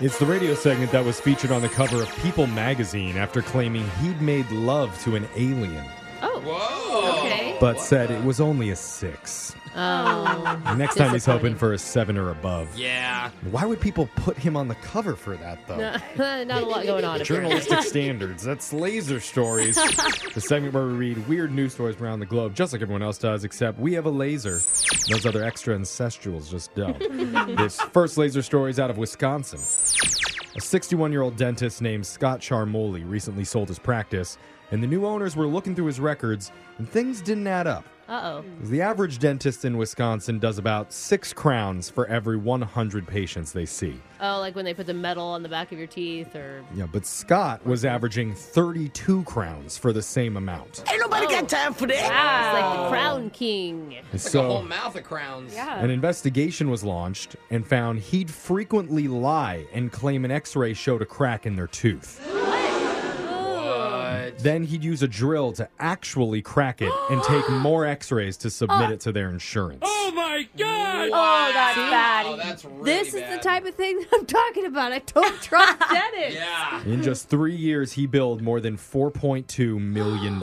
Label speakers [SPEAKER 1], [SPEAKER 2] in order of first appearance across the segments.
[SPEAKER 1] It's the radio segment that was featured on the cover of People magazine after claiming he'd made love to an alien,
[SPEAKER 2] Oh,
[SPEAKER 3] Whoa.
[SPEAKER 2] okay.
[SPEAKER 1] but said it was only a six.
[SPEAKER 2] Oh,
[SPEAKER 1] The next time he's hoping
[SPEAKER 2] Disappointing.
[SPEAKER 1] for a seven or above.
[SPEAKER 3] Yeah.
[SPEAKER 1] Why would people put him on the cover for that, though?
[SPEAKER 2] not a lot going on. apparently.
[SPEAKER 1] Journalistic standards. That's laser stories. the segment where we read weird news stories around the globe, just like everyone else does, except we have a laser. Those other extra ancestrals just don't. this first laser story is out of Wisconsin. A 61 year old dentist named Scott Charmoli recently sold his practice, and the new owners were looking through his records, and things didn't add up.
[SPEAKER 2] Uh-oh.
[SPEAKER 1] The average dentist in Wisconsin does about six crowns for every 100 patients they see.
[SPEAKER 2] Oh, like when they put the metal on the back of your teeth or
[SPEAKER 1] Yeah, but Scott was averaging 32 crowns for the same amount.
[SPEAKER 4] Ain't nobody got time for
[SPEAKER 5] Oh.
[SPEAKER 4] that.
[SPEAKER 2] it's like the crown king.
[SPEAKER 1] And
[SPEAKER 3] It's like a whole
[SPEAKER 1] so
[SPEAKER 3] mouth of crowns.
[SPEAKER 1] an investigation was launched and found he'd frequently lie and claim an x ray showed a crack in their tooth.
[SPEAKER 3] What?
[SPEAKER 1] Then he'd use a drill to actually crack it and take more x rays to submit it to their insurance.
[SPEAKER 3] Oh Wow.
[SPEAKER 5] that's bad.
[SPEAKER 3] Oh, that's really
[SPEAKER 5] this is
[SPEAKER 3] bad.
[SPEAKER 5] the type of thing that I'm talking about. I don't trust dentists.
[SPEAKER 3] Yeah.
[SPEAKER 1] In just three years, he billed more than $4.2 million.
[SPEAKER 2] And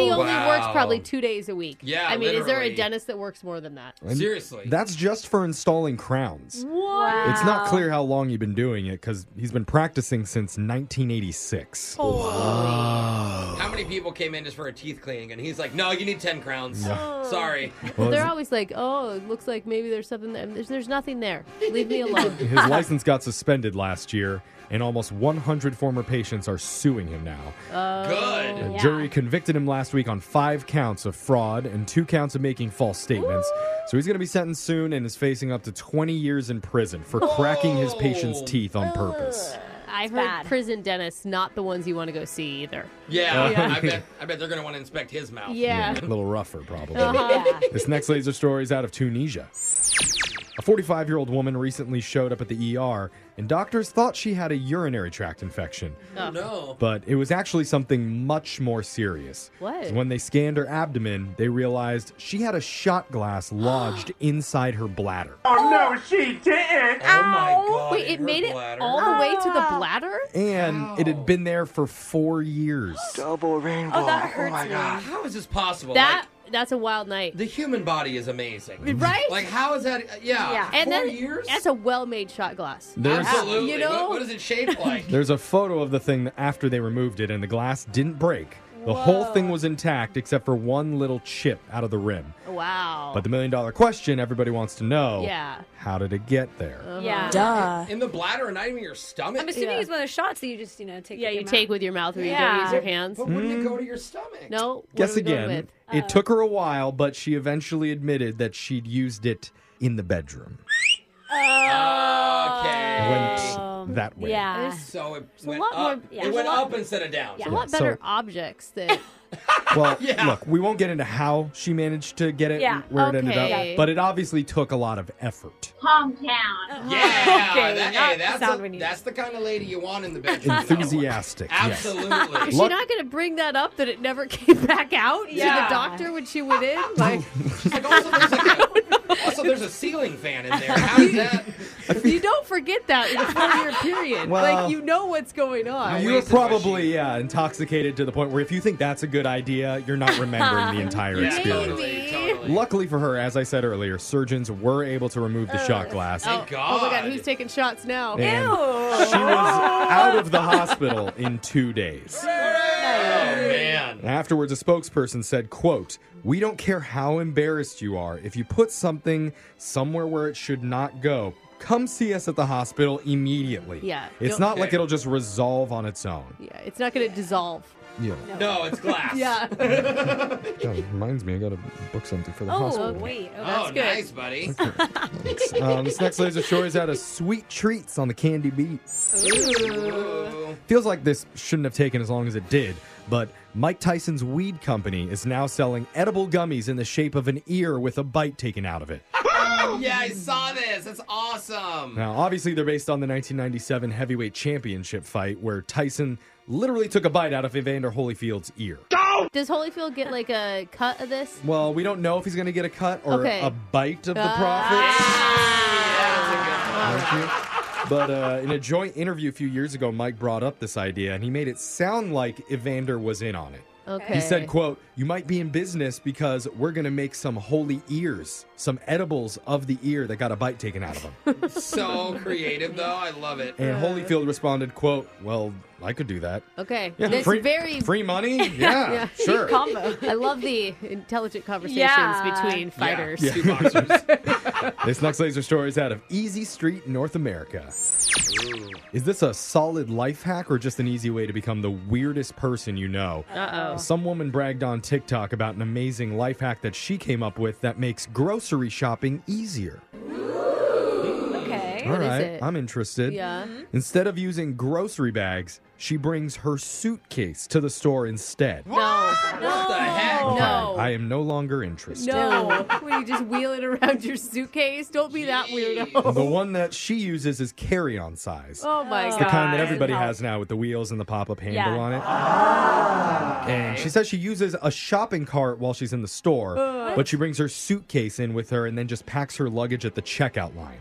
[SPEAKER 2] he
[SPEAKER 3] Oh,
[SPEAKER 2] only
[SPEAKER 3] wow.
[SPEAKER 2] works probably two days a week.
[SPEAKER 3] Yeah,
[SPEAKER 2] I mean, is there a
[SPEAKER 3] literally.
[SPEAKER 2] dentist that works more than that?
[SPEAKER 1] And
[SPEAKER 3] Seriously.
[SPEAKER 1] That's just for installing crowns.
[SPEAKER 5] Wow.
[SPEAKER 1] It's not clear how long he's been doing it because he's been practicing since 1986.
[SPEAKER 3] How many people came in just for a teeth cleaning? And he's like, no, you need 10 crowns. Sorry.
[SPEAKER 1] Well,
[SPEAKER 2] They're
[SPEAKER 1] his-
[SPEAKER 2] always like, "Oh, it looks like maybe there's something there. There's, there's nothing there. Leave me alone."
[SPEAKER 1] his license got suspended last year, and almost 100 former patients are suing him now.
[SPEAKER 3] Good.
[SPEAKER 1] A jury convicted him last week on five counts of fraud and two counts of making false statements. So he's going to be sentenced soon and is facing up to 20 years in prison for cracking his patient's
[SPEAKER 3] Oh.
[SPEAKER 1] teeth on purpose.
[SPEAKER 2] I heard
[SPEAKER 5] bad.
[SPEAKER 2] prison dentists not the ones you want to go see either.
[SPEAKER 3] Yeah. I bet I bet they're going to want to inspect his mouth.
[SPEAKER 2] Yeah.
[SPEAKER 1] A little rougher, probably.
[SPEAKER 5] Yeah.
[SPEAKER 1] This next laser story is out of Tunisia. A 45 year old woman recently showed up at the ER, and doctors thought she had a urinary tract infection,
[SPEAKER 3] Oh, No.
[SPEAKER 1] but it was actually something much more serious.
[SPEAKER 2] What?
[SPEAKER 1] When they scanned her abdomen, they realized she had a shot glass lodged inside her bladder.
[SPEAKER 3] Oh my god.
[SPEAKER 2] Wait, it
[SPEAKER 3] her
[SPEAKER 2] made
[SPEAKER 3] bladder.
[SPEAKER 2] it all the way to
[SPEAKER 5] Ah.
[SPEAKER 2] the bladder?
[SPEAKER 1] And it had been there for four years.
[SPEAKER 4] Double rainbow.
[SPEAKER 5] Oh, that hurts me.
[SPEAKER 3] Ah, How is this possible?
[SPEAKER 2] That
[SPEAKER 3] Like,
[SPEAKER 2] that's a wild night.
[SPEAKER 3] the human body is amazing.
[SPEAKER 2] Right?
[SPEAKER 3] Like how is that? uh, Yeah.
[SPEAKER 5] Yeah.
[SPEAKER 2] and
[SPEAKER 3] Four
[SPEAKER 2] then
[SPEAKER 3] years.
[SPEAKER 2] that's a well-made shot glass.
[SPEAKER 1] There's,
[SPEAKER 3] Absolutely.
[SPEAKER 5] You know?
[SPEAKER 3] What, what is it shaped like?
[SPEAKER 1] there's a photo of the thing that after they removed it, and the glass didn't break. The whole thing was intact except for one little chip out of the rim.
[SPEAKER 2] Wow.
[SPEAKER 1] But the million dollar question everybody wants to know
[SPEAKER 2] Yeah. Uh, Uh-huh.
[SPEAKER 1] how did it get there?
[SPEAKER 5] Yeah.
[SPEAKER 4] Duh.
[SPEAKER 3] In the bladder and not even your stomach.
[SPEAKER 5] I'm assuming
[SPEAKER 2] Yeah.
[SPEAKER 5] it's one of those shots that you just, you know, take.
[SPEAKER 2] yeah,
[SPEAKER 5] with
[SPEAKER 2] you
[SPEAKER 5] your
[SPEAKER 2] take
[SPEAKER 5] mouth.
[SPEAKER 2] with your mouth or you
[SPEAKER 5] Yeah.
[SPEAKER 2] don't use your hands.
[SPEAKER 3] but wouldn't it go to your stomach?
[SPEAKER 2] No. What
[SPEAKER 1] Guess
[SPEAKER 2] are we going
[SPEAKER 1] again,
[SPEAKER 2] with? Uh,
[SPEAKER 1] it took her a while, but she eventually admitted that she'd used it in the bedroom.
[SPEAKER 3] Ah, Okay.
[SPEAKER 2] Um,
[SPEAKER 3] Ah.
[SPEAKER 1] Went that way.
[SPEAKER 5] Yeah.
[SPEAKER 2] There's
[SPEAKER 3] so it went
[SPEAKER 2] lot
[SPEAKER 3] up.
[SPEAKER 2] more- yeah,
[SPEAKER 3] it
[SPEAKER 2] there's
[SPEAKER 3] went
[SPEAKER 2] a lot-
[SPEAKER 3] up instead of down.
[SPEAKER 2] a lot
[SPEAKER 1] so-
[SPEAKER 2] better objects that
[SPEAKER 1] Well,
[SPEAKER 3] Yeah.
[SPEAKER 1] look, we won't get into how she managed to get it
[SPEAKER 5] Yeah.
[SPEAKER 1] and where it ended
[SPEAKER 2] Okay.
[SPEAKER 1] up, but it obviously took a lot of effort.
[SPEAKER 3] Yeah.
[SPEAKER 5] Okay,
[SPEAKER 3] that-
[SPEAKER 5] not
[SPEAKER 3] hey,
[SPEAKER 5] the
[SPEAKER 3] that's,
[SPEAKER 5] sound
[SPEAKER 3] a-
[SPEAKER 5] we need.
[SPEAKER 3] that's the kind of lady you want in the bedroom.
[SPEAKER 1] Enthusiastic. yes.
[SPEAKER 3] Absolutely.
[SPEAKER 2] Is she
[SPEAKER 1] Look-
[SPEAKER 2] not going to bring that up that it never came back out to the
[SPEAKER 5] Yeah.
[SPEAKER 2] doctor when she went in? Like,
[SPEAKER 3] Like, also, there's like a, also, there's a ceiling fan in there. How is that?
[SPEAKER 2] you don't forget that in a four-year period.
[SPEAKER 1] Well-
[SPEAKER 2] like, you know what's going on.
[SPEAKER 1] You were
[SPEAKER 3] wasted what
[SPEAKER 1] probably
[SPEAKER 3] she-
[SPEAKER 1] yeah, intoxicated to the point where if you think that's a good idea, you're not remembering the entire
[SPEAKER 3] Yeah,
[SPEAKER 1] experience.
[SPEAKER 3] totally, totally.
[SPEAKER 1] Luckily for her, as I said earlier, surgeons were able to remove the shot glass.
[SPEAKER 2] oh,
[SPEAKER 3] God.
[SPEAKER 2] oh my God, who's taking shots now?
[SPEAKER 1] And she was out of the hospital in two days.
[SPEAKER 3] Oh man.
[SPEAKER 1] Afterwards, a spokesperson said, quote, We don't care how embarrassed you are. If you put something somewhere where it should not go, come see us at the hospital immediately.
[SPEAKER 2] Yeah.
[SPEAKER 1] It's
[SPEAKER 2] You'll-
[SPEAKER 1] not
[SPEAKER 3] Okay.
[SPEAKER 1] like it'll just resolve on its own.
[SPEAKER 2] Yeah, it's not going to dissolve.
[SPEAKER 1] Yeah.
[SPEAKER 3] No, it's glass.
[SPEAKER 2] Yeah.
[SPEAKER 1] That reminds me, I gotta book something for the
[SPEAKER 5] Oh, wait. Oh,
[SPEAKER 3] Oh,
[SPEAKER 5] that's good.
[SPEAKER 3] nice, buddy.
[SPEAKER 1] Um, this next laser show is out of sweet treats on the candy beat.
[SPEAKER 3] Ooh.
[SPEAKER 1] Feels like this shouldn't have taken as long as it did, but Mike Tyson's weed company is now selling edible gummies in the shape of an ear with a bite taken out of it.
[SPEAKER 3] Yeah, I saw this. That's awesome.
[SPEAKER 1] Now, obviously, they're based on the 1997 heavyweight championship fight where Tyson literally took a bite out of Evander Holyfield's ear.
[SPEAKER 2] Does Holyfield get like a cut of this?
[SPEAKER 1] Well, we don't know if he's going to get a cut or
[SPEAKER 2] Okay.
[SPEAKER 1] a bite of the profits.
[SPEAKER 3] Yeah, that's a good one.
[SPEAKER 1] Thank you. But uh, in a joint interview a few years ago, Mike brought up this idea and he made it sound like Evander was in on it.
[SPEAKER 2] Okay.
[SPEAKER 1] He said, quote, you might be in business because we're going to make some holy ears, some edibles of the ear that got a bite taken out of them.
[SPEAKER 3] so creative, though. I love it.
[SPEAKER 1] And Holyfield responded, quote, well, I could do that.
[SPEAKER 2] Okay.
[SPEAKER 1] Yeah,
[SPEAKER 2] That's
[SPEAKER 1] free,
[SPEAKER 2] very.
[SPEAKER 1] free money? Yeah,
[SPEAKER 2] Yeah.
[SPEAKER 1] sure.
[SPEAKER 5] Combo.
[SPEAKER 2] I love the intelligent conversations
[SPEAKER 5] Yeah.
[SPEAKER 2] between fighters.
[SPEAKER 3] Yeah. Two boxers.
[SPEAKER 1] This next laser story is out of Easy Street, North America. Is this a solid life hack or just an easy way to become the weirdest person you know?
[SPEAKER 2] Uh oh.
[SPEAKER 1] Some woman bragged on TikTok about an amazing life hack that she came up with that makes grocery shopping easier.
[SPEAKER 5] Okay.
[SPEAKER 1] All
[SPEAKER 2] is
[SPEAKER 1] right,
[SPEAKER 2] it?
[SPEAKER 1] I'm interested.
[SPEAKER 2] Yeah.
[SPEAKER 1] Instead of using grocery bags, she brings her suitcase to the store instead.
[SPEAKER 2] No.
[SPEAKER 3] What the heck?
[SPEAKER 1] Okay,
[SPEAKER 2] No.
[SPEAKER 1] I am no longer interested.
[SPEAKER 2] No. When you just wheel it around your suitcase, don't be that weirdo.
[SPEAKER 1] The one that she uses is carry-on size.
[SPEAKER 2] Oh my
[SPEAKER 1] It's
[SPEAKER 2] god.
[SPEAKER 1] the kind that
[SPEAKER 5] God.
[SPEAKER 1] everybody
[SPEAKER 5] No.
[SPEAKER 1] has now with the wheels and the pop-up handle
[SPEAKER 5] Yeah.
[SPEAKER 1] on it. And she says she uses a shopping cart while she's in the store, but she brings her suitcase in with her and then just packs her luggage at the checkout line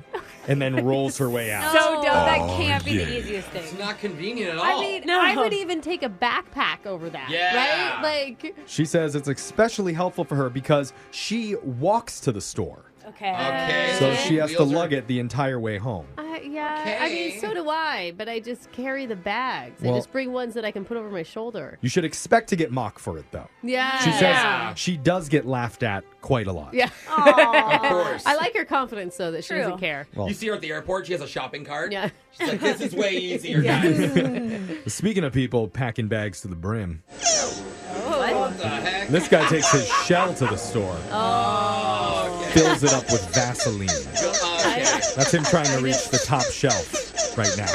[SPEAKER 1] and then rolls her way out.
[SPEAKER 5] So dumb. that
[SPEAKER 1] Oh,
[SPEAKER 5] can't be the
[SPEAKER 1] yeah.
[SPEAKER 5] easiest
[SPEAKER 3] It's
[SPEAKER 5] thing.
[SPEAKER 3] not convenient at all.
[SPEAKER 2] I mean,
[SPEAKER 5] No.
[SPEAKER 2] I would even take a backpack over that.
[SPEAKER 3] Yeah.
[SPEAKER 2] Right? Like
[SPEAKER 1] She says it's especially helpful for her because she walks to the store.
[SPEAKER 5] Okay.
[SPEAKER 3] okay.
[SPEAKER 1] So she has to
[SPEAKER 3] Wheels are-
[SPEAKER 1] lug it the entire way home.
[SPEAKER 2] I yeah. I mean,
[SPEAKER 3] Okay.
[SPEAKER 2] so do I, but I just carry the bags.
[SPEAKER 1] Well-
[SPEAKER 2] I just bring ones that I can put over my shoulder.
[SPEAKER 1] You should expect to get mocked for it, though.
[SPEAKER 2] Yeah.
[SPEAKER 1] She
[SPEAKER 3] Yeah.
[SPEAKER 1] says she does get laughed at quite a lot.
[SPEAKER 2] Yeah.
[SPEAKER 3] Of course.
[SPEAKER 2] I like her confidence though that she doesn't
[SPEAKER 5] True.
[SPEAKER 2] care.
[SPEAKER 1] Well,
[SPEAKER 3] You see her at the airport. She has a shopping cart.
[SPEAKER 2] Yeah.
[SPEAKER 3] She's like, this is way easier, guys.
[SPEAKER 1] speaking of people packing bags to the brim,
[SPEAKER 3] what the heck?
[SPEAKER 1] this guy takes his shell to the store,
[SPEAKER 3] Okay.
[SPEAKER 1] fills it up with Vaseline.
[SPEAKER 3] Okay.
[SPEAKER 1] That's him trying to reach the top shelf right now.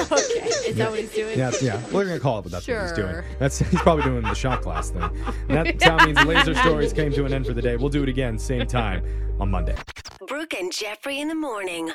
[SPEAKER 2] Is that what he's doing?
[SPEAKER 1] Yeah, yeah. We're gonna call it, but that's what he's doing.
[SPEAKER 2] Sure.
[SPEAKER 1] That's he's probably doing the shot glass thing. And that now means laser stories came to an end for the day. We'll do it again, same time on Monday.
[SPEAKER 6] Brooke and Jeffrey in the morning.